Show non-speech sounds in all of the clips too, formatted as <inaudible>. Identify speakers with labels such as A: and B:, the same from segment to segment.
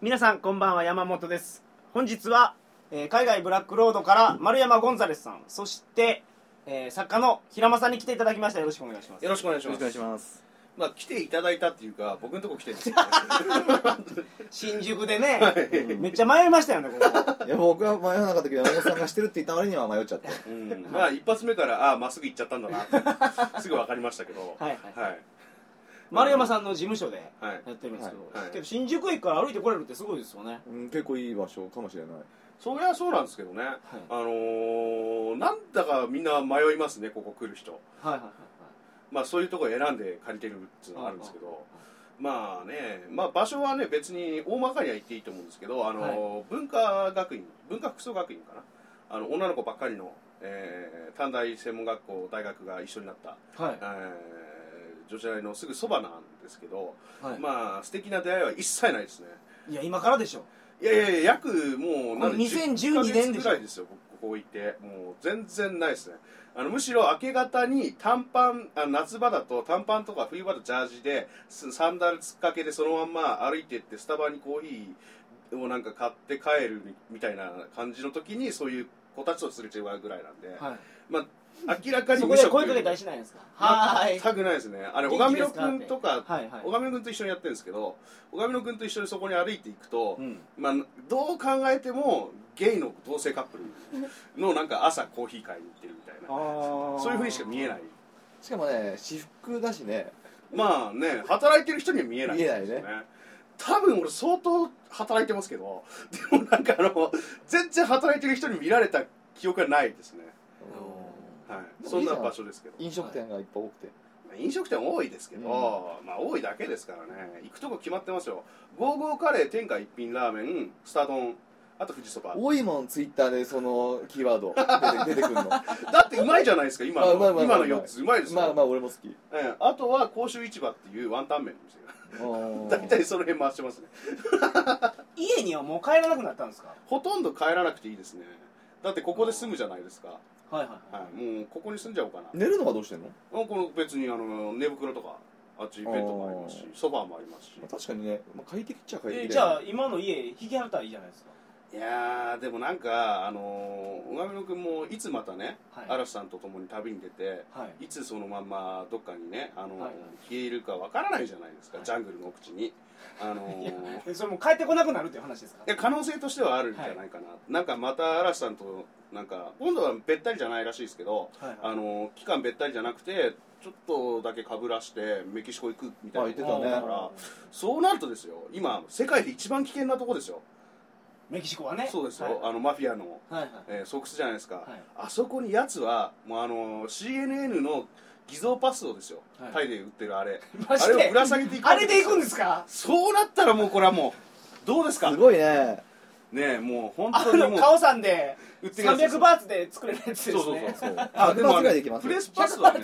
A: 皆さんこんばんは山本です本日は、えー海外ブラックロードから丸山ゴンザレスさんそして、えー作家の平間さんに来ていただきましたよろしくお願いします
B: よろしくお願いし
C: よ
B: ま
C: ろし
B: す
C: くお願いします
B: まあ来ていただいたっていうか僕のとこ来てるんですよ
A: 新宿でね、めっちゃ迷いましたよねこ
B: <laughs>
A: こ
C: いや僕は迷わなかったけど山本さんがしてるって言った割には迷っちゃ <laughs> った
B: まあ一発目からああまっすぐ行っちゃったんだなってすぐ分かりましたけど
A: はいはい
B: はい
A: 丸山さんの事務所で
B: はい
A: やってるんですけど、
B: はいはい
A: けど新宿駅から歩いてこれるってすごいですよね
C: うん結構いい場所かもしれない
B: そりゃそうなんですけどね、あのーなんだかみんな迷いますねここ来る人
A: はいはいはい
B: まあそういうとこ選んで借りてるっていうのがあるんですけどまあね、まあ、場所はね別に大まかには言っていいと思うんですけどあのー、文化学院文化服装学院かなあの女の子ばっかりの、えー短大専門学校大学が一緒になった
A: はいはい
B: えー女子大のすぐそばなんですけど、
A: はい、
B: まあ素敵な出会いは一切ないですね
A: いや今からでしょ
B: いやいやいや約もう
A: これ2012年でしょ
B: ぐらいですよ僕ここ行ってもう全然ないですねあのむしろ明け方に短パンあ夏場だと短パンとか冬場だとジャージですサンダルつっかけでそのまんま歩いてってスタバにコーヒーをなんか買って帰るみたいな感じの時にそういう子たちとすれ違うぐらいなんで、
A: はい
B: 明らかに
A: そこ
B: 無
A: で
B: 職
A: 声かけたりしないんですか
B: 全
A: は
B: くないですねあれ
A: 元気
B: 小上
A: で
B: 野
A: すか
B: 君とか
A: ーいはいはい
B: 小上野君と一緒にやってるんですけど小上野君と一緒にそこに歩いていくと、
A: うん
B: まあ、どう考えてもゲイの同性カップルのなんか朝コーヒー買いに行ってるみたい
A: あ
B: な
A: ー
B: そういうふうにしか見えない
C: しかもね私服だしね
B: まあね働いてる人には見えない
C: 見えない
B: で
C: ね
B: すよ多分俺相当働いてますけどでもなんかあの全然働いてる人に見られた記憶がないですね、はい、そんな場所ですけど
C: 飲食店がいっぱい多くて
B: 飲食店多いですけど、
C: うん
B: まあ多いだけですからね行くとこ決まってますよゴーゴーカレー天下一品ラーメンスタ丼あと富士そば
C: 多いもんツイッターでそのキーワード出て出て <laughs> くるのま
B: だってうまいじゃないですか今
C: あうまいうま
B: の
C: いう
B: 今の4
C: まい
B: つうまいですよ、
C: あまあ俺も好き
B: ええあとは甲州市場っていうワンタン麺の店が
C: うん
B: 大体その辺回してますね
A: 家にはもう帰らなくなったんですか
B: ほとんど帰らなくていいですねだってここで住むじゃないですか、
A: はいはいはい
B: はい、もうここに住んじゃおうかな、
C: 寝るのはどうしてんの
B: もうこの別にあの寝袋とかあっちベッドもありますしソファーもありますし
C: まあ確かにね、まあ、快適っちゃ快適
A: え
C: だよね
A: じゃあ今の家引き払ったらいいじゃないです
B: いやーでもなんかあのー、上野君もいつまたね、
A: はい
B: 嵐さんと共に旅に出て
A: かはい
B: いつそのまんまどっかにね、あのー
A: はい
B: 消えるかわからないじゃないですか、
A: はい
B: ジャングルの奥地に、あの
A: <laughs>
B: ー、い
A: えそれもう帰ってこなくなるっていう話ですか
B: や可能性としてはあるんじゃないかな、なんかまた嵐さんとなんか今度はべったりじゃないらしいですけど、
A: はいはい
B: あのー期間べったりじゃなくてちょっとだけかぶらしてメキシコ行くみたいな
C: あ言ってたね
B: だからそうなるとですよ今世界で一番危険なとこですよ
A: メキシコはね
B: そうですよ、
A: はい
B: あのマフィアの、
A: はいはい
B: えー、ソックスじゃないですか、
A: はい
B: あそこにやつはもうあのー CNN の偽造パスをですよ、
A: はい
B: タイで売ってるあれ
A: マ
B: あ
A: ジ
B: れ
A: で
B: をぶら下げていく
A: あれで行くんですすか
B: そうなったらもうこれはもうどうですか
C: す
B: ね
C: ごいね
B: えもう本
A: あ
B: 当に
A: の
B: もう
A: カオさんで
B: 売ってるやつです
A: 300バーツで作れるやつですね
B: そうそうそう
C: そう
B: あ
C: 100発
B: あ
C: ぐらいできます
B: プレ
C: よ
B: スパスはね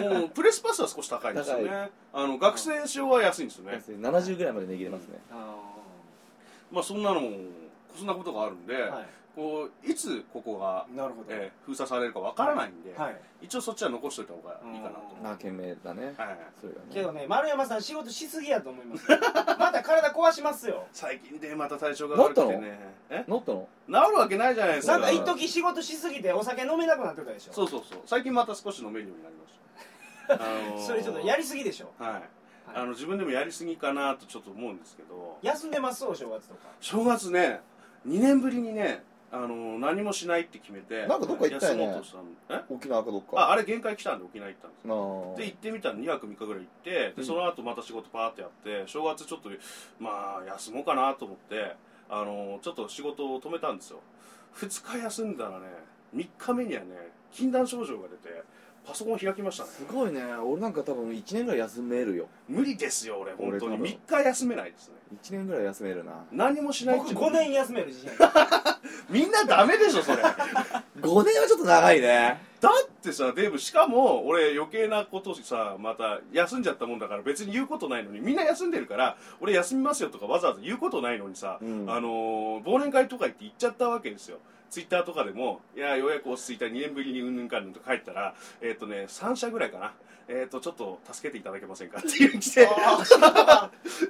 B: もうプレスパスは少し高いですよ
C: 高
B: ねあの学生証は安いんですよね
C: 70ぐらいまで値切れますね、
A: あ
B: まあそんなのもそんなことがあるんで、
A: ーはい
B: こういつここが、
A: なるほど
B: えー封鎖されるかわからないんで、
A: はい
B: 一応そっちは残しておいた方がいいかなと
A: うん
C: まあ懸命だね
B: はい
C: それがね
A: けどね丸山さん仕事しすぎやと思います <laughs> また体壊しますよ
B: 最近でまた体調が
C: な
B: 悪
C: った
B: く
C: の
B: てねえ
C: 乗ったの
B: 治るわけないじゃないです
A: な
B: か
A: んか一時仕事しすぎてお酒飲めなくなってたでしょ
B: そうそうそう最近また少し飲めるようになりました、
C: <laughs>
B: あのー
A: それちょっとやりすぎでしょ
B: はい、あの自分でもやりすぎかなとちょっと思うんですけど
A: 休んでますお正月とか
B: 正月ね2年ぶりにね、あのー何もしないって決めて
C: なんかどっか行ったよね
B: 休もうとしたのえ
C: 沖縄かどっ
B: あ
C: か
B: あれ限界来たんで沖縄行ったんです
C: な
B: で行ってみたら2泊3日ぐらい行ってでその後また仕事パーってやって正月ちょっとまあ休もうかなと思ってあのちょっと仕事を止めたんですよ2日休んだらね3日目にはね禁断症状が出てパソコン開きましたね
C: すごいね俺なんか多分1年ぐらい休めるよ
B: 無理ですよ俺本当に
C: 俺多分
B: 3日休めないですね
C: 1年ぐらい休めるな
B: 何もしない
A: 僕
B: いう
A: 5年休める自信ある
B: みんなダメでしょそれだ
C: 5年はちょっと長いね
B: ってさデーブしかも俺余計なことさまた休んじゃったもんだから別に言うことないのにみんな休んでるから俺休みますよとかわざわざ言うことないのにさ、
C: うん
B: あのー忘年会とか行って行っちゃったわけですよツイッターとかでもいやようやく落ち着いた2年ぶりにうんぬんかんぬんとか書いてたらえっ、とね3社ぐらいかなえっ、とちょっと助けていただけませんかっていう来て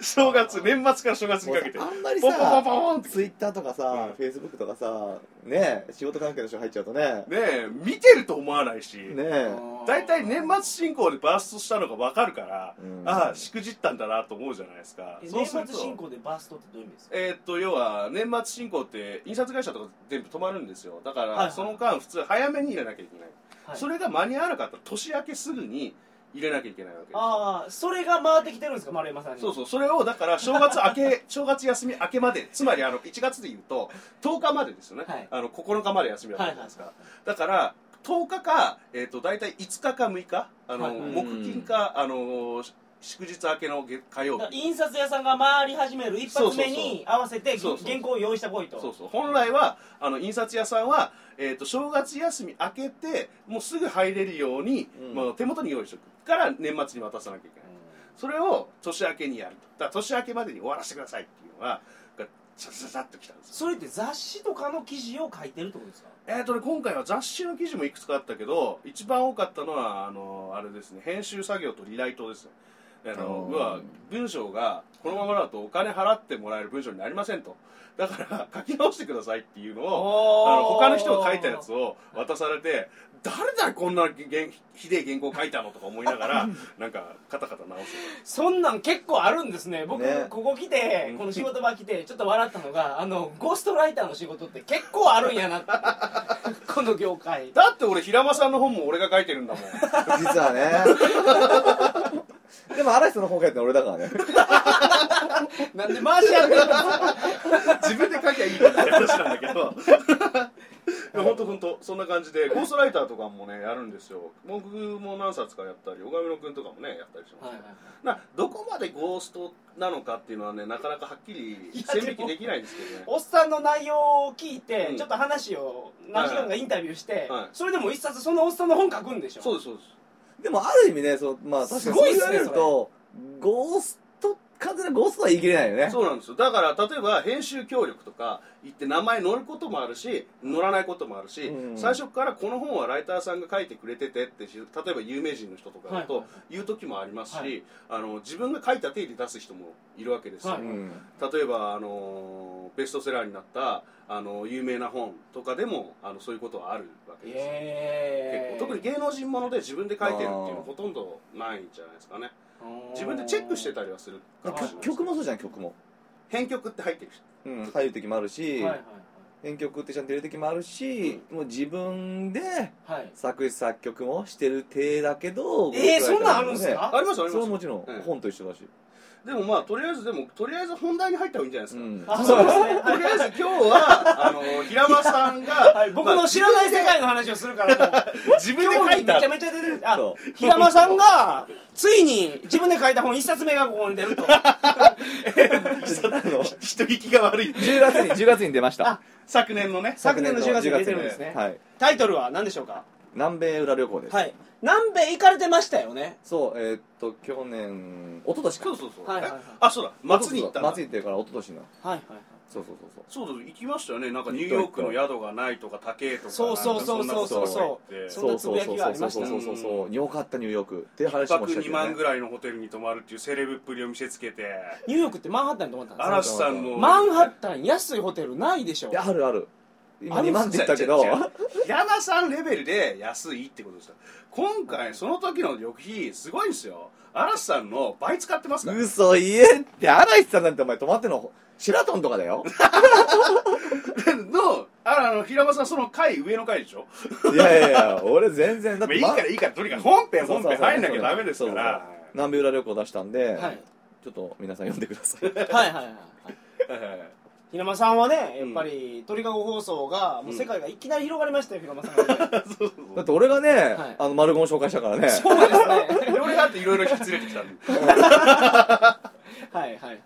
B: 正月年末から正月にかけて
C: あんまり
B: ポンポンポン
C: さ
B: ポンって
C: ツイッターとかさ、
B: うん
C: フェイスブックとかさねえ仕事関係の人入っちゃうとね
B: ねえ見てると思わないし、
C: ねえ
B: 大体年末進行でバーストしたのが分かるから、
C: うん
B: ああしくじったんだなと思うじゃないですか
A: え
B: そう
A: 年
B: する
A: 末
B: と
A: 進行でバーストってどういう意味ですか
B: えーっと要は年末進行って印刷会社とか全部止まるんですよだから、
A: はいはい
B: その間普通早めに入れなきゃいけない、
A: はい
B: それが間に合わなかったら年明けすぐに入れなきゃいけないわけですよ
A: ああそれが回ってきてるんですか丸山さんに
B: そうそうそれをだから正月明
A: <laughs>
B: け正月休み明けまでつまりあの1月で言うと10日までですよね、
A: はい
B: あの9日まで休みだったじゃないですか、だから10日か、えー、と大体5日か6日あの、
A: はいはい
B: 木金か、あのし祝日明けの月火曜
A: だから
B: 日
A: 印刷屋さんが回り始める一発目
B: そうそうそ
A: に合わせて
B: そうそうそう
A: 原稿を用意したこいと
B: そうそう本来はあの印刷屋さんは、えー、と正月休み明けてもうすぐ入れるように、
C: うん
B: まあ、手元に用意しておくから年末に渡さなきゃいけないそれを年明けにやるとだから年明けまでに終わらせてくださいっていうのががさささっときたんですよ
A: それって雑誌とかの記事を書いてるってことですか
B: えーとね、今回は雑誌の記事もいくつかあったけど一番多かったのはあのあれですね編集作業とリライトですねあの
C: あー
B: 要は文章がこのままだとお金払ってもらえる文章になりませんとだから書き直してくださいっていうのをあの他の人が書いたやつを渡されて誰だよこんなげげんひでえ原稿書いたのとか思いながらなんかカタカタ直す
A: そんなん結構あるんですね僕
C: ね
A: ここ来てこの仕事場来てちょっと笑ったのがあのゴーストライターの仕事って結構あるんや
B: <laughs>
A: なってこの業界
B: だって俺平間さんの本も俺が書いてるんだもん
C: 実はね <laughs> でも嵐人の本書いてるの俺だからね
A: なんで回しやってるんですか
B: 自分で書きゃいいのって話なんだけど <laughs> いや本当本当そんな感じでゴーストライターとかもねやるんですよ僕も何冊かやったり小上野君とかもねやったりします、
A: はいはい
B: などこまでゴーストなのかっていうのはねなかなかはっきり
A: いや
B: 線引きできないんですけどね
A: おっさんの内容を聞いて、
B: うん
A: ちょっと話を何時間かインタビューして、
B: はい
A: それでも一冊そのおっさんの本書くんでしょ
B: そうですそうです
C: でもある意味ねそうまあ確かにそう言われる
A: すご
C: とゴースト完全なゴーストは言い切れないよね
B: そうなんですよだから例えば編集協力とか言って名前載ることもあるし載らないこともあるし、
C: うん
B: 最初からこの本はライターさんが書いてくれててってし例えば有名人の人とかだ
A: はい
B: と
A: はいは
B: 言う時もありますし、
A: はい
B: あの自分が書いた手で出す人もいるわけですよ、
A: はいううん
B: 例えば、あのベストセラーになったあの有名な本とかでもあのそういうことはあるわけ
A: イ
B: ですよ
A: エーイ
B: 結構特に芸能人もので自分で書いてるっていうのはほとんどないんじゃないですかね自分でチェックしてたりはするかもしれない
C: 曲
B: ですけど
C: 曲もそうじゃん曲も、
B: 編曲って入ってる人
C: うん、入る時もある
A: は
C: し、
A: いはい
C: 編曲ってちゃんと入れる時もあるし、もう自分で
A: はいはい
C: 作詞作曲もしてる体だけど
A: えー、
C: ゴース
A: そん
C: トライター
A: なんあるんです
C: ね
A: か
B: ありますあり
C: そ
B: ま
C: れは
B: す
C: もちろん、
B: うん
C: 本と一緒だし、
B: でもまあとりあえずでもとりあえず本題に入った方がいいんじゃないです
C: う
B: か、
C: ん、
A: あそうですね
B: とりあえず今日はあの平間さん
A: <laughs>
B: が
A: はい、僕の知らない世界の話をするからもう
B: 自分で
A: 興
B: 書
A: 味
B: い
A: め
B: た
A: ちゃめちゃ出てるあ
C: そ
A: 平間さんがついに自分で書いた本一冊目がここに出
B: <laughs>
A: ると
C: あの
B: 人聞きが悪い
C: 10月に10月に出ました
B: 昨年のね
A: 昨年の10月に出てるん
C: 10
A: ですね
C: はい、
A: タイトルは何でしょうか
C: 南米裏旅行です、
A: はい南米行かれてましたよね
C: そうえーっと去年一昨年か
B: そうそうそう、
A: はいはいはい
B: えあそうだ松に行ったんだ
C: 松に行ってるから一昨年の
A: はいはいはい
C: そうそうそう
B: そ
C: そう
B: うそう行きましたよねなんかニューヨークの宿がないとか高えとか
A: そうそうそうそうそう
B: なんか
A: そ
B: そ
A: んなつぶやきがありましたね
C: そうそうそうそうそうよかったニューヨークっていうん
B: な
C: 話
B: こと
C: も
B: が一
C: した
B: 泊
C: け
B: 2
C: ど、
B: 万
C: ね
B: ぐ、らいのホテルに泊まるっていうセレブっぷりを見せつけて
A: ニューヨークってマンハッタンに泊まったんですか
B: 嵐さんの
A: マンハッタン安いホテルないでしょ
C: いやあるある今
A: ある
C: 2万って言ったけど
B: 違う違う違う平間さんレベルで安いってことですよ今回その時の旅費すごいんですよ嵐さんの倍使ってますから
C: 嘘言えって荒石さんなんてお前泊まってんのシェラトンとかだよ
B: <laughs> のああの平間さんその階上の階でしょ
C: <laughs> いやいやいや俺全然だ
B: ま
C: っ
B: あ
C: て、
B: いいからいいからとにかく本編
C: そ
B: 本
C: うそうそう
B: 編入んなきゃダメですから
C: そうそうそう南米裏旅行出したんで、
A: はい
C: ちょっと皆さん読んでくだ <laughs> さい
A: はいはいはい
B: はいはいはい
A: 平間さんはねやっぱり鳥かご放送がもう世界がいきなり広がりましたよ平間さんがね
B: そうそうそ
C: だっ
B: う
C: て俺がね、
A: はい
C: あの丸ゴンを紹介したからね
A: そうですね
B: で俺だっていろいろ引き連れてきたんで
A: はいはいはい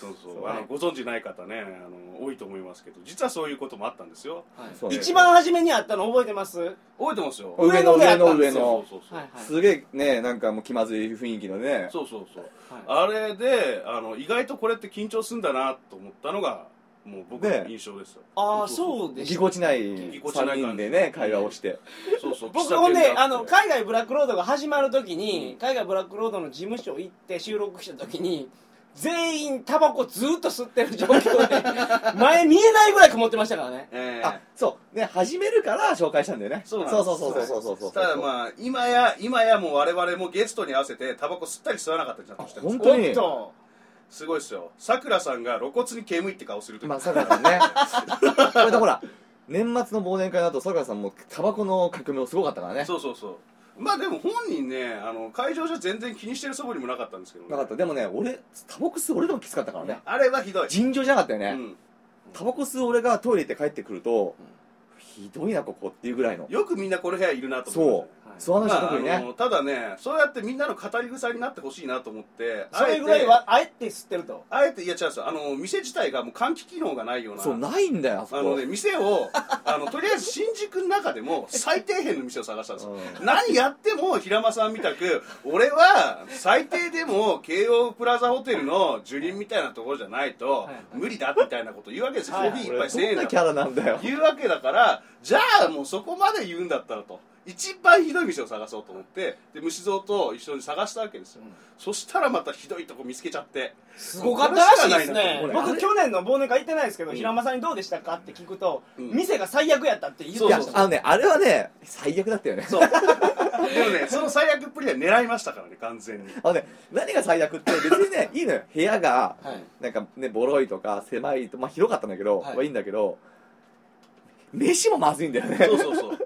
B: そうそう
C: そう
B: あのご存知ない方ねあの多いと思いますけど実はそういうこともあったんですよ
C: そう
A: はい
C: ね
A: <laughs> 一番初めにあったの覚えてますはい
B: 覚えてますよ
A: お上
C: 上
A: の
C: の
A: ね
C: 上の
A: 上
C: 上
B: そ
C: の
B: うそうそう、
A: はい
C: すげえねなんかもう気まずい雰囲気のね
B: そうそうそう
A: はい
B: あれであの意外とこれって緊張すんだなと思ったのがもう僕の印象ですよ、
A: ああそうで
C: ぎ
A: す
C: こちない
B: ぎこちない感
C: 3
B: じ
C: 人でね会話をして
B: そうそう
A: 僕
B: 喫茶
A: ほん
B: 店
A: で
B: が
A: あ
B: って
A: の海外ブラックロードが始まるときに、
B: うん
A: 海外ブラックロードの事務所行って収録したときに全員タバコずーっと吸ってる状況で <laughs> 前見えないぐらい曇ってましたからね
B: ええ
C: あそうね始めるから紹介したんだよね
B: そうなん
C: そ
B: で
C: う
B: す
C: そうそうそうそうそうそう
B: ただまあ今や今やもう我々もゲストに合わせてタバコ吸ったり吸わなかったりちゃんとしてます
C: 本当
A: お
C: に
A: っと
B: すごいですよさくらさんが露骨に煙いって顔するとき、
C: まあ、さくらさん
B: <laughs>
C: ね。これでほら、年末の忘年会だと、さくらさんもタバコの革命もすごかったからね。
B: そうそうそうまあでも本人ねあの会場じゃ全然気にしてる素振りもなかったんですけどね、
C: なかった。でもね、俺、タバコ吸う俺でもきつかったからね。
B: あれはひどい、
C: 尋常じゃなかったよ
B: う
C: ね。
B: ん、
C: タバコ吸う俺がトイレ行って帰ってくると、ひどいな、ここっていうぐらいの。
B: よくみんなこの部屋いるなと思
C: そ
B: って
C: う。吸わない人特に
B: まああ
C: ね。
B: のただねそうやってみんなの語り草になってほしいなと思って
A: それぐらい
B: あえて
A: はあえて吸ってると
B: あえていや違うんですよあの店自体がもう換気機能がないような
C: そう、ないんだよ、あそ
B: あの
C: こ
B: ね、。店を <laughs> あのとりあえず新宿の中で
C: <laughs>
B: も最底辺の店を探したんですよ、
C: う
B: 何やっても平間さんみたく俺は最低でも京王プラザホテルの樹林みたいなところじゃないと
A: はい
B: 無理だみたいなこと言うわけですよ、
A: はい
B: コーヒー一杯
C: 俺、ど
B: 1000円
C: ん
B: だ
C: な
B: と
C: キャラなんだよ。
B: 言うわけだからじゃあもうそこまで言うんだったらと一番ひどい店を探そうと思ってで虫蔵と一緒に探したわけですよ、そしたらまたひどいとこ見つけちゃって
A: すごかったらしいですね
C: これあ
A: 僕
C: れ
A: 去年の忘年会行ってないですけど、
B: うん
A: 平間さんにどうでしたかって聞くと、
B: うん
A: 店が最悪やったって言って
C: い
A: ま
C: や
A: し、た
C: あのね、あれはね、最悪だったよね。
B: そうでもねその最悪っぷりは狙いましたからね完全に
C: あのね、何が最悪って、別にね、いいのよ。部屋が、
A: <laughs> はい
C: なんかね、ボロいとか狭いと、まあ広かったんだけど、
A: はい
C: はい、いいんだけど、飯もまずいんだよね。
B: そうそうそう。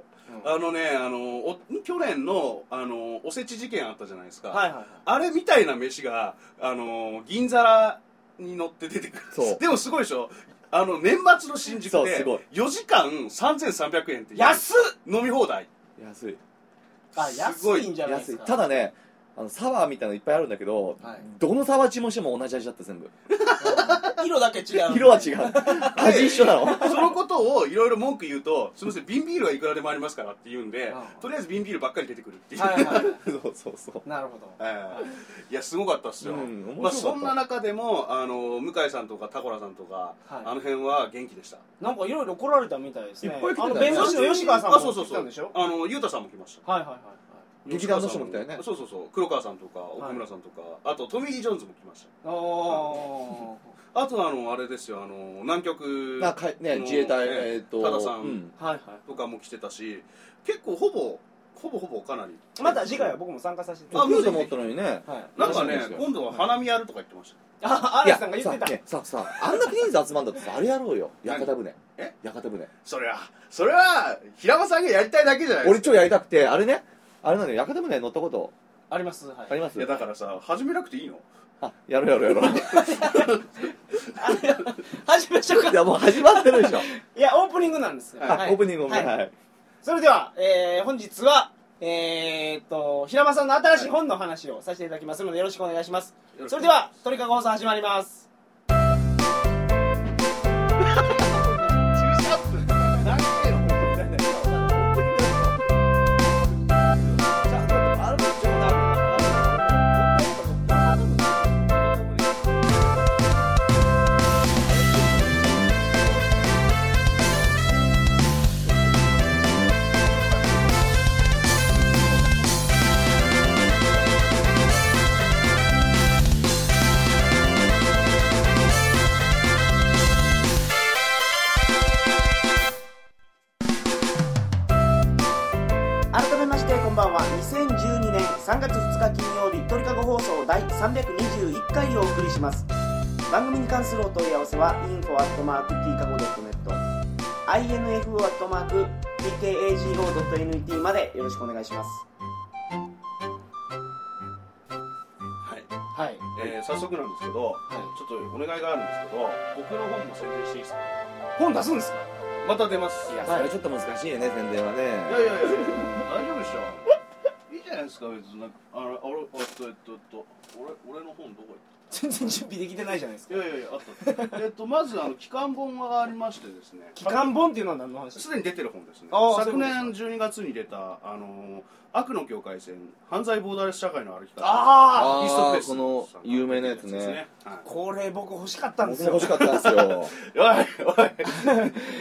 B: あのね、あのお去年のあのおせち事件あったじゃないですか。
A: はいはいはい
B: あれみたいな飯があの銀皿に乗って出てくる。
C: そう
B: でもすごいでしょ。あの年末の新宿
C: そう
B: です
C: ごい
B: 4時間3300円っていう
A: 安っ
B: 飲み放題。
C: 安い。
A: あ
B: すご
A: 安
B: い
A: いんじゃないです
C: 安い。
A: か
C: ただね、あの、サワーみたいのいっぱいあるんだけど、
A: はい
C: どのサワー注文しても同じ味だった、全部。
A: <laughs> 色だけ違う
C: 色は違う。味一緒なの。
B: そのことをいろいろ文句言うと、すみません、瓶ビールはいくらでもありますからって言うんで
A: うん、
B: とりあえず瓶ビールばっかり出てくるっていう。
A: はいはい
C: そうそうそう。
A: なるほど
B: <laughs> ええいやすごかったっすよ、
C: うん面白かった
B: まあ、そんな中でもあの向井さんとかタコラさんとか、
A: はい
B: あの辺は元気でした
A: なんかいろいろ来られたみたいですね
C: いっぱい来てた
A: あ
C: ね
A: の弁護士の吉川さん
B: あ
A: も
B: そうそう
A: 来
B: そ
A: たん
B: う
A: でしょ
B: あのゆうたさんも来ました
A: はいはいはい
C: 劇団の人も来たよね
B: そうそうそう黒川さんとか奥村さんとか、あとトミー・ジョーンズも来まし
A: はいお
B: たあとあのあれですよあの南極
C: なかね、自衛隊、えっと、
B: 多田さん
C: うん。
A: ーはいは
B: とかも来てたし結構ほぼほぼほぼかなり
A: いまた次回は僕も参加させて
B: あ
C: 来
B: もう
C: ると思ったのにね。
A: はい
B: なんか
C: そう
B: ね
C: ですよ
B: 今度は花見やるとか言ってました、
A: あ
C: いや
A: 嵐さんが言ってた
C: さねささあんだけ人数集まんだってさあれやろうよ屋形船
B: え
C: 屋形船
B: それはそれは平間さんがやりたいだけじゃないですか
C: 俺超やりたくてあれねあれなのよ屋形船乗ったこと
A: ありますは
C: あ
A: い
C: ります
B: いやだからさ始めなくていいの
C: あやろうやろうやろう
A: 始めましょうか
C: <laughs> いやもう始まってるでしょ、
A: いやオープニングなんですよ
B: はい
A: はい
C: オープニングもね、
A: はい
C: はい
A: それではえー本日はえーっと平間さんの新しい本の話をさせていただきますのでよろしくお願いします
B: よろしく
A: それでは鳥かご放送始まります
B: 13分何回よ
A: 改めましてこんばんは2012年3月2日金曜日鳥かご放送第321回をお送りします番組に関するお問い合わせは info.tkago.net info.tkago.net までよろしくお願いします
B: はい、
A: はい
B: えー、早速なんですけどちょっとお願いがあるんですけど僕の本も宣伝していいですか
A: 本出すんですか
B: また出ますいや
C: それはちょっと難しいよね宣伝はい
B: やいやい
C: ね
B: や大丈夫でしょいいじゃないですか別になんかあれあれあえっとえっとえっと俺俺の本どこ行っ
A: 全然準備できてないじゃないです
B: <laughs> い
A: か
B: やいやいやあったえっとまずあの期間本がありましてですね
A: 期間本っていうのは何の話
B: すでに出てる本ですね
A: あー
B: 昨
A: そう
B: 年
A: いう
B: 12月に出た「あの悪の境界線犯罪ボーダーレス社会の歩き方」
A: ああ
C: ー
B: イーストプレスさんが
C: この有名なやつね
B: 出てるやつですはい
A: これ僕欲しかったんで
C: 僕
A: す
C: も
A: よ
C: 欲しかったんですよ
B: おいおい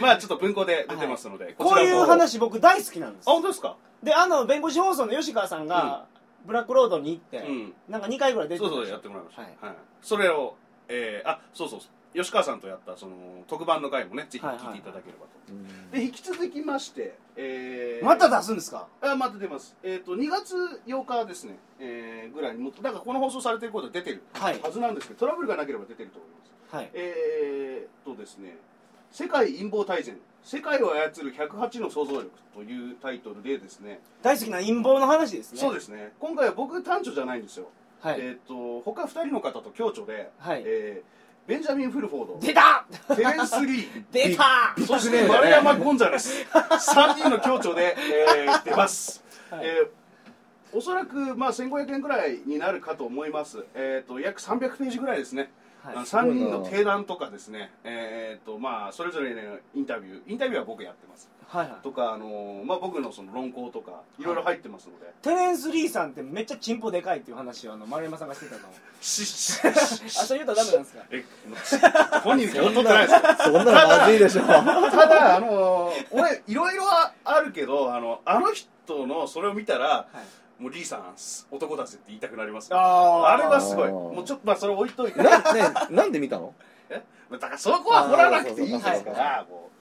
B: <laughs> まあちょっと文庫で出てますので、
A: こう
B: ち
A: い
B: らも
A: う話僕大好きなんで
B: あ
A: す
B: 本当ですか
A: であの弁護士放送の吉川さんが、ブラックロードに行って、
B: うん
A: なんか2回ぐらい出て
B: そ
A: ま
B: う
A: した
B: そうやってもらいました、
A: は
B: はいいそれを、えーあそうそうそう吉川さんとやったその特番の回もねぜひ聞いていただければと、で引き続きまして、えー
A: また出すんですか
B: あまた出ます、えー、と2月8日ですね、えーぐらいにもだからこの放送されてることは出てる
A: はい
B: はずなんですけどトラブルがなければ出てると思います
A: はい
B: えー、っとですね「世界陰謀大全世界を操る108の想像力」というタイトルでですね
A: 大好きな陰謀の話ですね
B: そうですね今回は僕短調じゃないんですよ、
A: はい、
B: えー、っと他2人の方と共著で、
A: はい
B: えーベンジャミン・フルフォー
A: 出た
B: ドテレン <laughs> ス・リー
A: 出た
B: そし
C: ねえ
B: て
C: ね
B: 丸山ゴンザレス3人の共著で、えー、出ます、
A: はい
B: えーおそらく、まあ、1500円くらいになるかと思います、えー、と約300ページぐらいですね、
A: はい
B: あの3人の定談とかですね、えーとまあ、それぞれのインタビューインタビューは僕やってます
A: はいはい
B: とか、あのーまあ、僕のその論考とかいろいろ入ってますので、
A: テレンス・リーさんってめっちゃチンポでかいっていう話をあの丸山さんがしてたのあ
B: しし
A: それ言うとダメなんですか
B: え本人今日取ってないですよ
C: そんなのまずいでしょ
B: ただあのー俺いろいろあるけどあのあの人のそれを見たら、もうリーさん男だぜって言いたくなりますあ
A: あ
B: れはすごい
C: あー
B: もうちょっとまあそれ置いといてだ
C: <laughs> な,、ね、なんで見たの
B: からそこは掘らなくていいです
A: あ
B: か
A: ーそうそうそう
B: らもう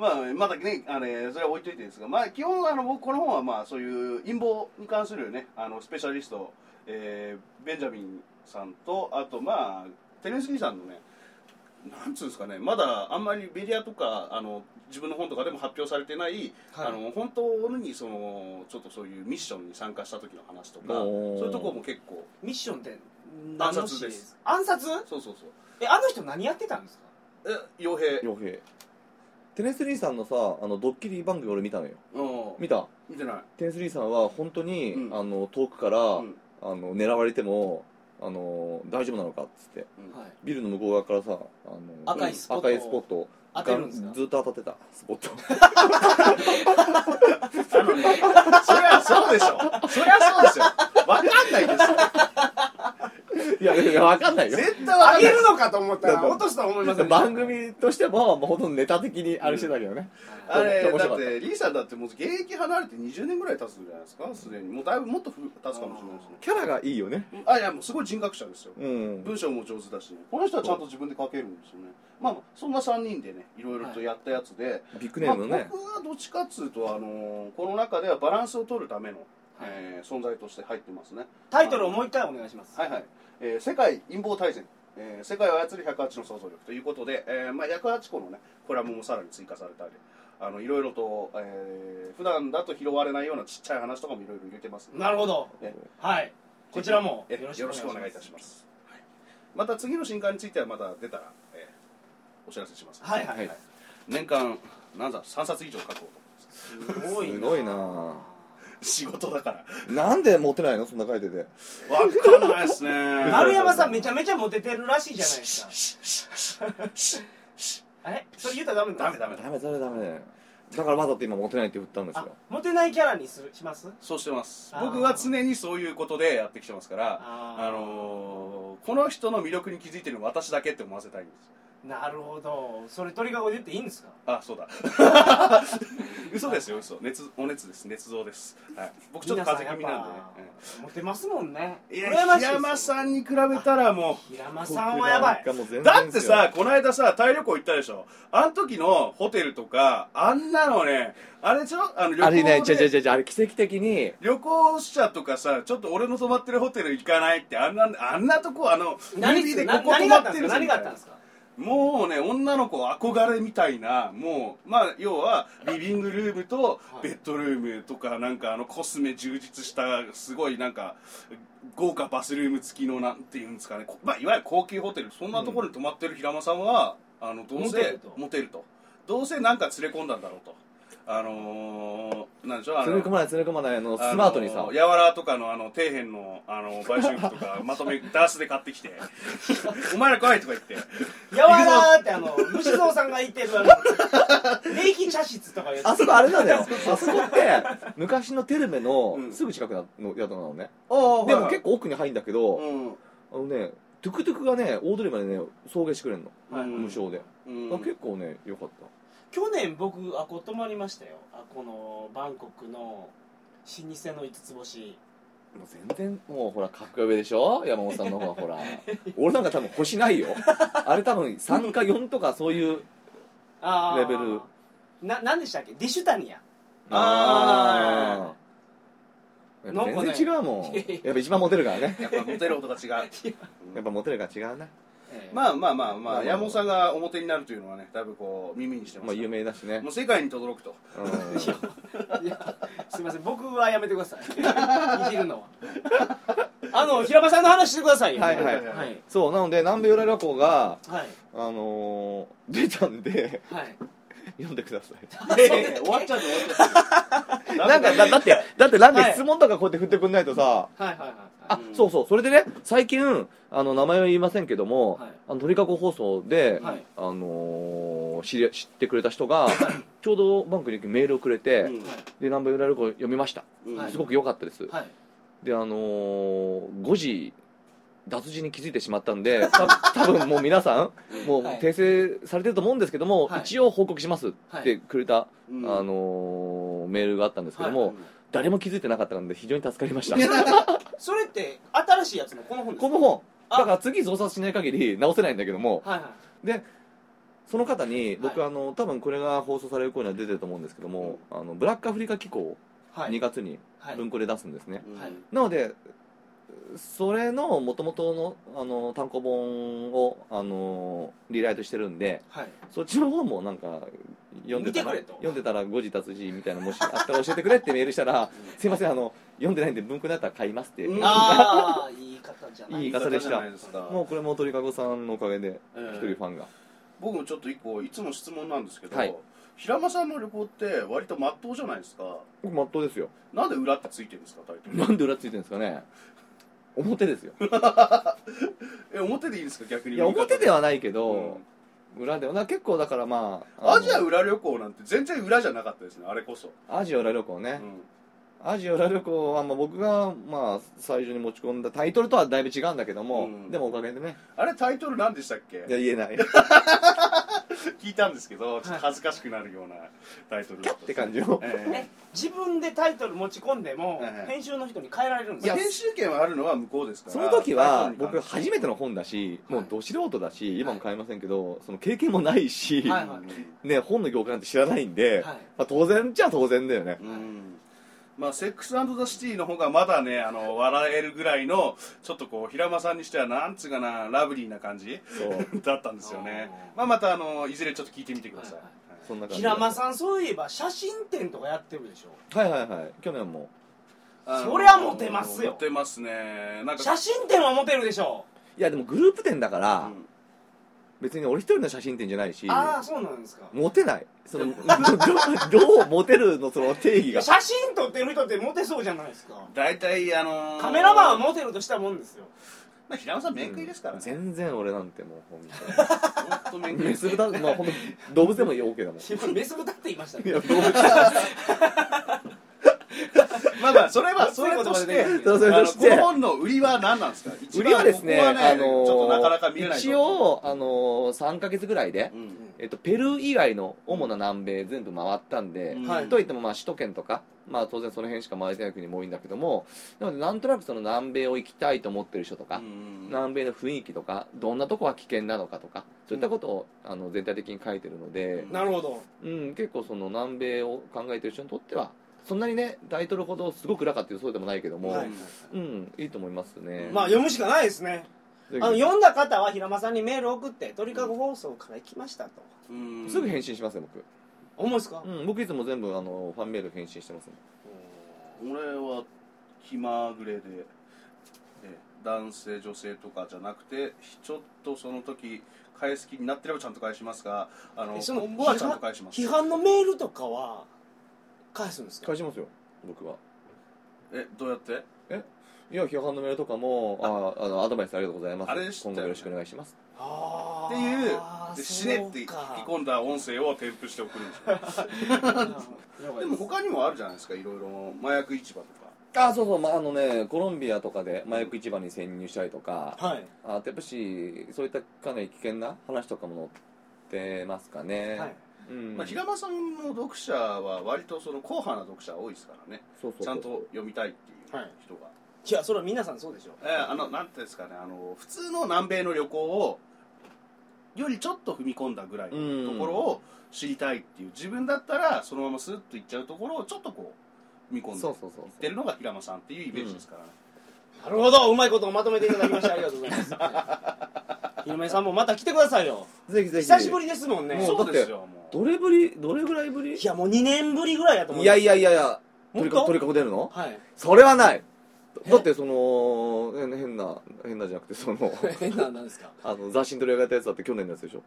B: まあまだねあのそれは置いといてですがまあ基本あの僕この本はまあそういう陰謀に関するねあのスペシャリスト、えーベンジャミンさんとあとまあテレンス・リーさんのねなんつうんですかねまだあんまりメディアとかあの自分の本とかでも発表されてない、
A: はい
B: あの本当にそのちょっとそういうミッションに参加した時の話とか
C: おー
B: そういうところも結構
A: ミッションって
B: 暗殺です
A: 暗殺
B: そうそうそう
A: えあの人何やってたんですか
B: え傭兵
C: 洋平テレスリーさんのさあのドッキリ番組俺見たのよ
B: うん
C: 見た
B: 見てない
C: テレスリーさんは本当に、
B: うん
C: あの遠くから、
B: ん
C: あの狙われてもあの大丈夫なのかっつって
A: はい
C: ビルの向こう側からさあの
A: 赤いスポットを
C: 赤いスポットを
A: 当てるんですか
C: ずっと当たってたスポット <laughs>
B: あのねそりゃそうでしょそりゃそうですよわかんないです
C: いやいやわかんないよ
B: 絶対わか
A: あ
B: んな
A: げ
B: い
A: るのかと思った
C: なん
A: ら
C: か
A: 落とすとは思いませんでした
C: 番組としても、まあ、ほとんどネタ的にあれしてたけどね、
B: あれ
C: 面白
B: だ
C: か
B: っ
C: った
B: てリーさんだってもう現役離れて20年ぐらい経つんじゃないですかすでにもうだいぶもっと古く経つかもしれないですね
C: キャラがいいよね
B: あいやもうすごい人格者ですよ
C: うん
B: 文章も上手だしねこの人はちゃんと自分で書けるんですよねまあそんな3人でねいろいろとやったやつで、
C: ビッグネームのね、
B: まあ、僕はどっちかっつうと、あのーこの中ではバランスを取るための、
A: はい
B: えー存在として入ってますね
A: タイトルをもう一回お願いします
B: はいはい、えー世界陰謀大全、えー世界を操る108の想像力ということで、えーまあ、108個のねコラムもさらに追加されたりあのいろいろと、えー普段だと拾われないようなちっちゃい話とかもいろいろ入れてます
A: なるほど
B: え
A: はいこちらも
B: え
A: よろし
B: よろし
A: く
B: く
A: お
B: お願
A: 願いい
B: いい
A: た
B: た
A: し
B: し
A: ま
B: ますすはいまた次の新刊についてはまた出たら、えーお知らせします、
A: はいはい
C: は
B: 年間なんだ3冊以上書こうと思います
A: すごい
C: すごいな
B: 仕事だから
C: なんでモテないのそんな書いてて
B: わかんないです <laughs> ね。
A: 丸山さんめちゃめちゃモテてるらしいじゃないですかえそれ言ったらダメ
B: ダ
A: なんですか
B: メダメだ。
C: ダメダメダメだからわざと今モテないって振ったんです
A: あ
C: よ
A: モテないキャラにするします
B: そうしてます
A: あ。ー
B: 僕は常にそういうことでやってきてますから、
A: あー
B: あのーこの人の魅力に気づいてるのは私だけって思わせたいんです。
A: なるほどそれ鳥籠で言っていいんですか
B: あ、
A: <laughs>
B: そうだ。嘘ですよ、嘘。熱、お熱です。熱造です。はい。僕ちょっと風邪気味なんでね。
A: モテますもんね
B: うんいや
A: 羨ましいです
B: 平山さんに比べたらも
A: 平山さんはやばい
C: 僕なんかもう全
B: う、
C: 然
B: だってさ、この間さ、タイ旅行行ったでしょ。あの時のホテルとか、あんなのね、あれちょあの旅行で
C: あれね、じゃじゃじゃじゃあれ奇跡的に、
B: 旅行者とかさちょっと俺の泊まってるホテル行かないってあんなあんなとこあの
A: 何
B: 指
A: な何があったんですか
B: ぞ
A: 何
B: み
A: があ
B: たい
A: っ
B: な
A: たんですか
B: もうね女の子憧れみたいなもうまあ要はリビングルームと
A: はい
B: ベッドルームとかなんかあのコスメ充実したすごいなんか豪華バスルーム付きのなんていうんですかねこまあいわゆる高級ホテルそんなところに泊まってる平間さんは、あのどう
A: モテる
B: せ
A: と
B: モテるとどうせなんか連れ込んだんだろうとあのー、なんでしょうあ
C: 詰め込
B: の
C: まない詰め込まないあのスマートにさ
B: あのーやわらとかのあの底辺のあの売春婦とかまとめダースで買ってきて「お前ら来い!」とか言って
A: やわらーってあの虫蔵さんが言ってるあ
C: <laughs>
A: の霊気茶室とか言って
C: あそこあれなんだよあそこって昔のテルメの
B: うん
C: すぐ近くなの宿なのね
B: あ
C: でも結構奥に入るんだけど
B: 構、
C: あのねトゥクトゥクがね大通りまでね送迎してくれるの
A: はい
B: うん
C: 無償で
B: うん
C: あ結構ね良かっ
A: 去年僕あここ泊まりましたよあこのバンコクの老舗の五つ星
C: たもう全然もうほら格が上でしょ山本さんの方がほ <laughs> ら俺なんか多分星ないよあれ多分3か4とかそういう
A: あー
C: レベル
A: な何でしたっけディシュタニアあ
C: <laughs> ああやっぱ全然違うもん
A: なんかね
C: やっぱ一番モテるからね
B: やっぱモテる男 <laughs> が違う
C: やっぱモテるから違うな
A: あ
B: まあまあまあ
C: まあ
B: ま
C: ま
B: あ
C: あ
B: 山本さんが表になるというのはねだいぶこう耳にしてま
C: まあ
B: すか
C: 有名だし
B: ら
C: ね
B: もう世界に轟 <laughs> くと
C: うん
A: いや <laughs> すいません僕はやめてください <laughs> いじるのはあの平場さんの話してくださいよ
C: はいはい
A: はいはい
C: <laughs> そうなので南米由来旅行が
A: はい、
C: あのー出たんで <laughs>
A: はい
C: 読んでください
B: ええ終わっちゃうぞ終わっちゃうぞ
C: なんかだだってだってなん
A: は
C: で
A: い
C: 質問とかこうやって振ってくんないとさ
A: はいはいはい
C: あ
A: うん
C: そうそうそれでね最近あの名前は言いませんけども
A: はい
C: あの鳥かご放送で
A: はい
C: あのー知り知ってくれた人がちょうどバンクにメールをくれて
B: うん
C: で南米由来旅行読みました
B: うん
A: はい
C: すごく良かったです
A: はい
C: であのー、5時脱字に気づいてしまったんで <laughs> た多分もう皆さんもう
A: はい
C: 訂正されてると思うんですけども、
A: はい
C: 一応報告しますってくれた、
B: うん
C: あのーメールがあったんですけども、
B: うん
C: 誰も気づいてなかったので非常に助かりました
A: <laughs> それって新しいやつのこの本です
C: こ
A: か
C: の本
A: あ
C: だから次増刷しない限り直せないんだけども
A: はいはい
C: その方に僕、
A: は
C: あの多分これが放送される頃には出てると思うんですけども、あのブラックアフリカ機構を
A: はい
C: 2月に
A: はい
C: 文庫で出すんですね、
A: はい
C: なのでそれのもともとのあの単行本をあのリライトしてるんで
A: はい
C: そっちの方もなんか読んでたら
A: 見てくれと
C: 読んでたら誤字脱字みたいなのもしあったら教えてくれってメー
A: <laughs>
C: ルしたら「すいませんあの読んでないんで文庫だったら買います」って、
B: うん
A: ああ言い方じゃない
C: いい方でした
B: じゃないですか
C: もうこれも鳥かごさんのおかげで
B: ええ
C: 一人ファンが、
B: 僕もちょっと一個いつも質問なんですけど、
C: はい
B: 平間さんの旅行って割とまっとうじゃないですか
C: 僕まっとうですよ
B: なんで裏ってついてるんですかタイトル
C: なんで裏ついてるんですかね表ですよ
B: え表でいいんですか逆に
C: いや表で
B: は
C: はないけど、裏ではな結構だからまああの
B: アジア裏旅行なんて全然裏じゃなかったですねあれこそ、
C: アジア裏旅行ね、
B: うん
C: アジオラ旅行は、まあ、僕が、まあ、最初に持ち込んだタイトルとはだいぶ違うんだけども、
B: うん
C: でもおかげでね
B: あれタイトル何でしたっけ
C: いや言えないっ
B: 聞いたんですけどちょっと恥ずかしくなるようなタイトルだったって
C: 感じを
B: え
A: え自分でタイトル持ち込んでも
B: ええ
A: 編集の人に変えられるんで
B: え
A: す
B: ま
A: か
B: あ編集権はあるのは向こうですから
C: その時は僕初めて
B: の、
C: の本だしもうど素人だし今も買いませんけど、その経験もないし、
A: はいはい
C: ね、本の業界なんて知らないんで、
A: はい
C: まあ、当然じゃ当然だよね
B: うんまあ、セックスザ・シティの方がまだねあの笑えるぐらいのちょっとこう平間さんにしてはなんつうかなラブリーな感じ
C: そう
B: だったんですよね
A: あー
B: まあ、またあのいずれちょっと聞いてみてください、
A: はいは
C: そんな感じ
A: 平間さんそういえば写真展とかやってるでしょ
C: んはいはいはい去年も
B: あの
A: そりゃモテますよ
B: モテますねなんか
A: 写真展はモテるでしょ
C: いやでもグループ展だから、
B: うん
C: 別に俺一人の写真展じゃないし
A: ああそうなんですか
C: モテない
B: <laughs>
C: そのどど <laughs> どうモテるのその定義が
A: 写真撮ってる人ってモテそうじゃないですか
B: 大体あのー
A: カメラマンはモテるとしたもんですよ
B: まあ、平間さん面食いですからね、
C: 全然俺なんてもう本
B: ほんと面食
C: 当に
B: い
C: メス豚まあ本当動物でもいい OK だ
B: <laughs>
C: もん
A: 今メス豚って言いましたね
B: まあまあそれはそれとし
A: そうい
B: て
A: うことでね
C: そうそれとして
B: あのこの本の売りは何なんですか一番
C: 売りはですね
B: ここは
C: あ
B: ちょっとなかなか見え
C: の
B: ない
C: 一応あの3か月ぐらいで
B: う、ん
C: えっと、ペルー以外の主な南米全部回ったんで、
B: うん
A: はい
C: といってもまあ首都圏とか、まあ、当然その辺しか回れてない国も多いんだけどもなのでなんとなくその南米を行きたいと思ってる人とか、
B: うん
C: 南米の雰囲気とかどんなとこは危険なのかとかそういったことを、あの全体的に書いてるので、
A: なるほど
C: うん、結構その南米を考えてる人にとってはそんなにねタイトルほどすごく裏かっていうとそうでもないけども、
A: は
B: はいい
C: うんいいと思いますね
A: まあ読むしかないですね
C: ぜひ
A: あの読んだ方は平間さんにメール送って鳥かご放送から行きましたと
B: うん
C: すぐ返信しますよ僕、
A: 思うんですか
C: うん、僕いつも全部あのファンメール返信してますね
B: 俺は気まぐれでえ男性女性とかじゃなくてちょっとその時返す気になってればちゃんと返しますがあの
A: えその
B: 今後はちゃんと返します
A: 批判のメールとかは返すんですか
C: 返しますよ僕は
B: えどうやって
C: いや批判のメールとかもああのアドバイスありがとうございます
B: あれでしたよ
C: 今
B: ね
C: 後よろしくお願いします
A: あ
B: って
A: ー
B: いう
A: あー
B: で死ねって
A: そう
B: 聞き
A: か
B: 込んだ音声を添付して送るんですよでも他にもあるじゃないですかいろいろ麻薬市場とか
C: あそうそう、まあ、あのねコロンビアとかで麻薬市場に潜入したりとか
A: <laughs> はい
C: あとやっぱしそういったかなり危険な話とかも載ってますかね、
A: はい
C: うん
B: まあ、比嘉間さんの読者は割とその硬派な読者多いですからね
C: そうそうそ
B: ちゃ
C: う
B: んと読みたいっていう人が、
A: はいいやそれは皆さんそうでしょ
B: えーあのなんていうんですかねあの普通の南米の旅行をよりちょっと踏み込んだぐらいのところを知りたいっていう自分だったらそのままスッと行っちゃうところをちょっとこう踏み込んで
C: そ
B: 行
C: うそうそう
B: ってるのが平間さんっていうイメージですからね、
A: なるほどうまいことをまとめていただきましてありがとうござい
B: <laughs>
A: ますひろめさんもまた来てくださいよ
C: ぜひぜひ
A: 久しぶりですもんね
C: ん
B: そ
C: もう
B: うですよもう
C: どれぶりどれぐらいぶり
A: いやもう2年ぶりぐらいやと思う
C: いやいやいやいや
A: 本
C: 鳥
A: 当
C: か鳥かご出るの
A: はい
C: それはない
A: え
C: だってその変変な変なじゃなくてその
A: 変ななんですか
C: あの雑誌に取り上げたやつだって去年のやつでしょ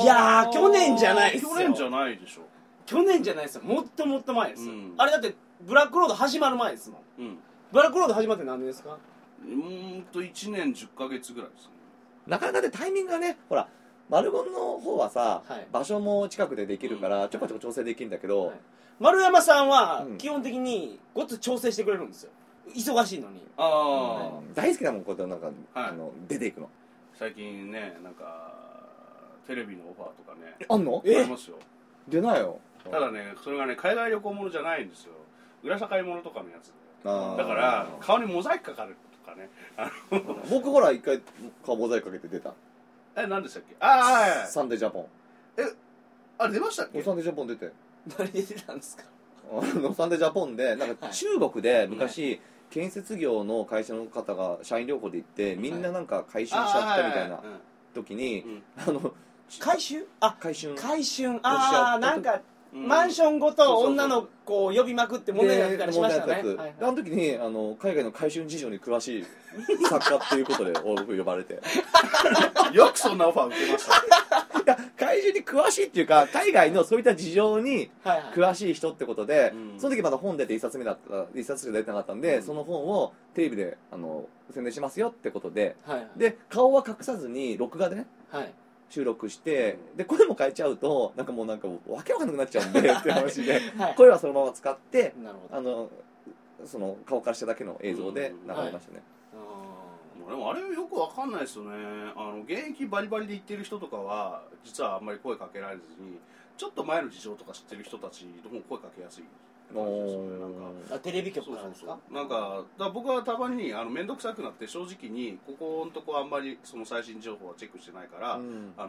A: いやー去年じゃないっすよ
B: 去年じゃないでしょ
A: 去年じゃないですよもっともっと前ですよ、
B: うん
A: あれだってブラックロード始まる前ですもん
B: うん
A: ブラックロード始まって何年ですか
B: うーんと1年10ヶ月ぐらいですね
C: なかなかねタイミングがねほら丸ゴンの方はさ、
A: はい
C: 場所も近くでできるから、ちょこちょこ調整できるんだけど、
A: はい丸山さんは
C: うん
A: 基本的にごっつ調整してくれるんですよ忙しいのに
B: ああ、
C: うん大好きだもんこうやってなんか、
B: はい
C: あの出ていくの
B: 最近ねなんかテレビのオファーとかね
C: あんの
A: え
B: ありますよ
C: 出ないよ
B: ただねそれがね海外旅行ものじゃないんですよ裏社会ものとかのやつ
C: あー
B: だから顔にモザイクかかるとかねあの
C: 僕ほら一回カボザイかけて出た
B: え何でしたっけあー
C: サンデージャポン
B: ああれ出ましたっけ
C: 俺サンデージャポン出て
A: 何で出てたんですか
C: あのサンデージャポンでなんか
A: はい
C: 中国で昔建設業の会社の方が社員旅行で行ってみんななんか回収しちゃったみたいな
B: あーはは
C: 時に
B: うん
C: あの
A: 回収あ
C: 回収
A: 回春
C: しちゃ
A: あ
C: った
A: あなんか
B: うん
A: マンションご
B: そう
A: と
B: そうそう
A: 女の子を呼びまくって
C: で
A: 問題になったりしました
C: 問
A: ね
C: 題になった
A: はい
C: やつであの時にあの海外の回収事情に詳しい作家っていうことで俺僕呼ばれてい
B: よくそんなオファー受けましたね
C: や回収に詳しいっていうか海外のそういった事情に
A: はいはい
C: 詳しい人ってことで、
B: うん
C: その時まだ本出て一冊目だった一冊しか出てなかったんで、
B: うん
C: その本をテレビであの宣伝しますよってことで
A: はいはい
C: で顔は隠さずに録画でね
A: はい
C: 収録してで声も変えちゃうとなんかもうなんかわけわかんなくなっちゃ
B: <laughs>
C: うんでって話で
A: はい
C: 声はそのまま使って
A: なるほど
C: あのその顔からしただけの映像で流れましたね、
A: あ
B: でもあれよくわかんないですよねあの現役バリバリで行ってる人とかは実はあんまり声かけられずにちょっと前の事情とか知ってる人たちの方が声かけやすい
C: お
B: 感じですよねなんか
A: ーあテレビ局
B: そう
A: か
B: そ
A: ら
B: う
A: です
B: そう
A: か
B: なんかだから僕はたまにあの面倒くさくなって正直にここのとこあんまりその最新情報はチェックしてないから、あのー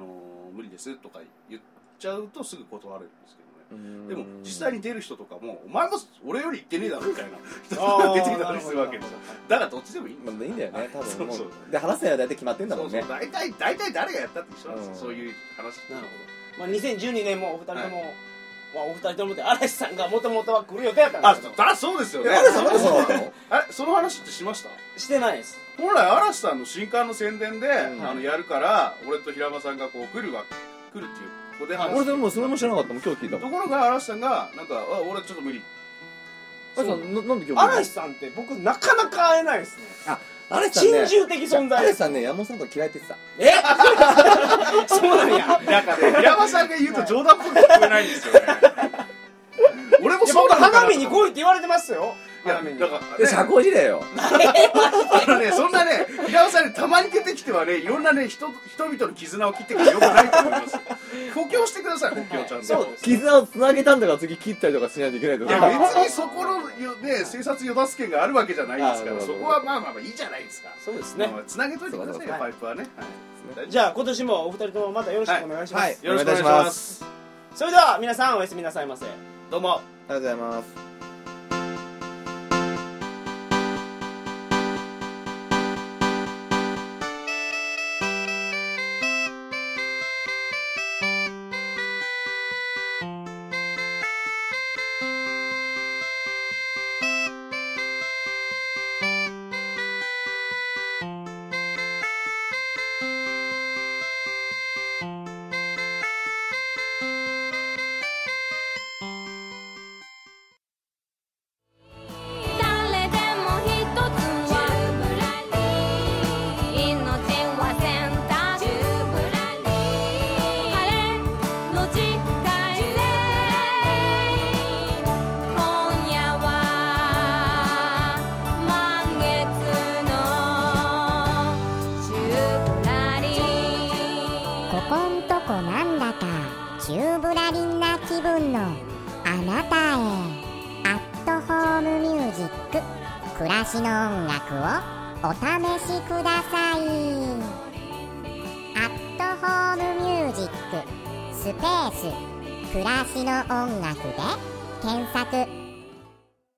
B: 無理ですとか言っちゃうとすぐ断るんですけどねでも実際
C: に
B: に出る人とかも「お前も俺より行ってねえだろ」みた
C: <laughs>
B: いな人
A: あ
B: が
A: ー
B: <laughs> 出てきたりするわけですよだからどっちでもいいんで
C: ますあいいんだよね多分も
B: <laughs>
C: う
B: そう
C: で話すのは大体決まってんだ
B: そう
C: も
B: んそ
C: ね
B: う大体大体誰がやったって一緒なんですよ、
C: うん
B: そういう話
A: なるほど、まあ、2012年もお二人とも、まあ、お二人ともで嵐さんがもともとは来る予定だった
B: あ
A: んですけ
B: だそうですよね
C: え嵐さんまだそうなの
B: あれその <laughs> 話ってしました
A: どしてないです
B: 本来嵐さんの新刊の宣伝で、
C: うん
B: あのやるから俺と平間さんがこう来るわ来るっていうここで話
C: 俺でもそれも知らなかったもん今日聞いたもん
B: ところが嵐さんがなんかあ俺ちょっと無理
C: あれさんななんで今日
A: 嵐さんって僕なかなか会えないですね
C: あれ
A: 珍獣的存在
C: アレさんね山本さんと嫌いって言ってた
A: え <laughs> そうなんや
B: なんかね平間さんが言うと冗談っぽく聞こえないんですよね俺も
A: いや僕
B: そうなのかな
A: 花見に来いって言われてますよ
B: いや
A: 花見に
B: だか
C: で
B: ら
C: 社
B: ね
C: 交辞令よ
B: あのねそんなね平間さんねたまに出てきてはねいろんなね人人々の絆を切ってくるのよくないと思います補強してください補強ちゃんと、
A: そうです
C: <laughs> 絆をつなげたんだから次切ったりとかしないといけないと
B: い
C: か
B: や
A: い
B: 別にそこのよね生殺与奪権があるわけじゃないですから
C: あー
B: そこはまあまあまあいいじゃないですか
A: そうですね、
B: まあつなげといてくださいよ
A: はい
B: パイプはねはい
A: じゃあ今年もお二人ともまたよろしくお願いします、
C: はい
B: よろしくお願いしま
C: お願いします
A: それでは皆さんおやすみなさいませ
B: どうも
C: ありがとうございます
D: とこなんだかチューブラリンな気分のあなたへアットホームミュージック暮らしの音楽をお試しくださいアットホームミュージックスペース暮らしの音楽で検索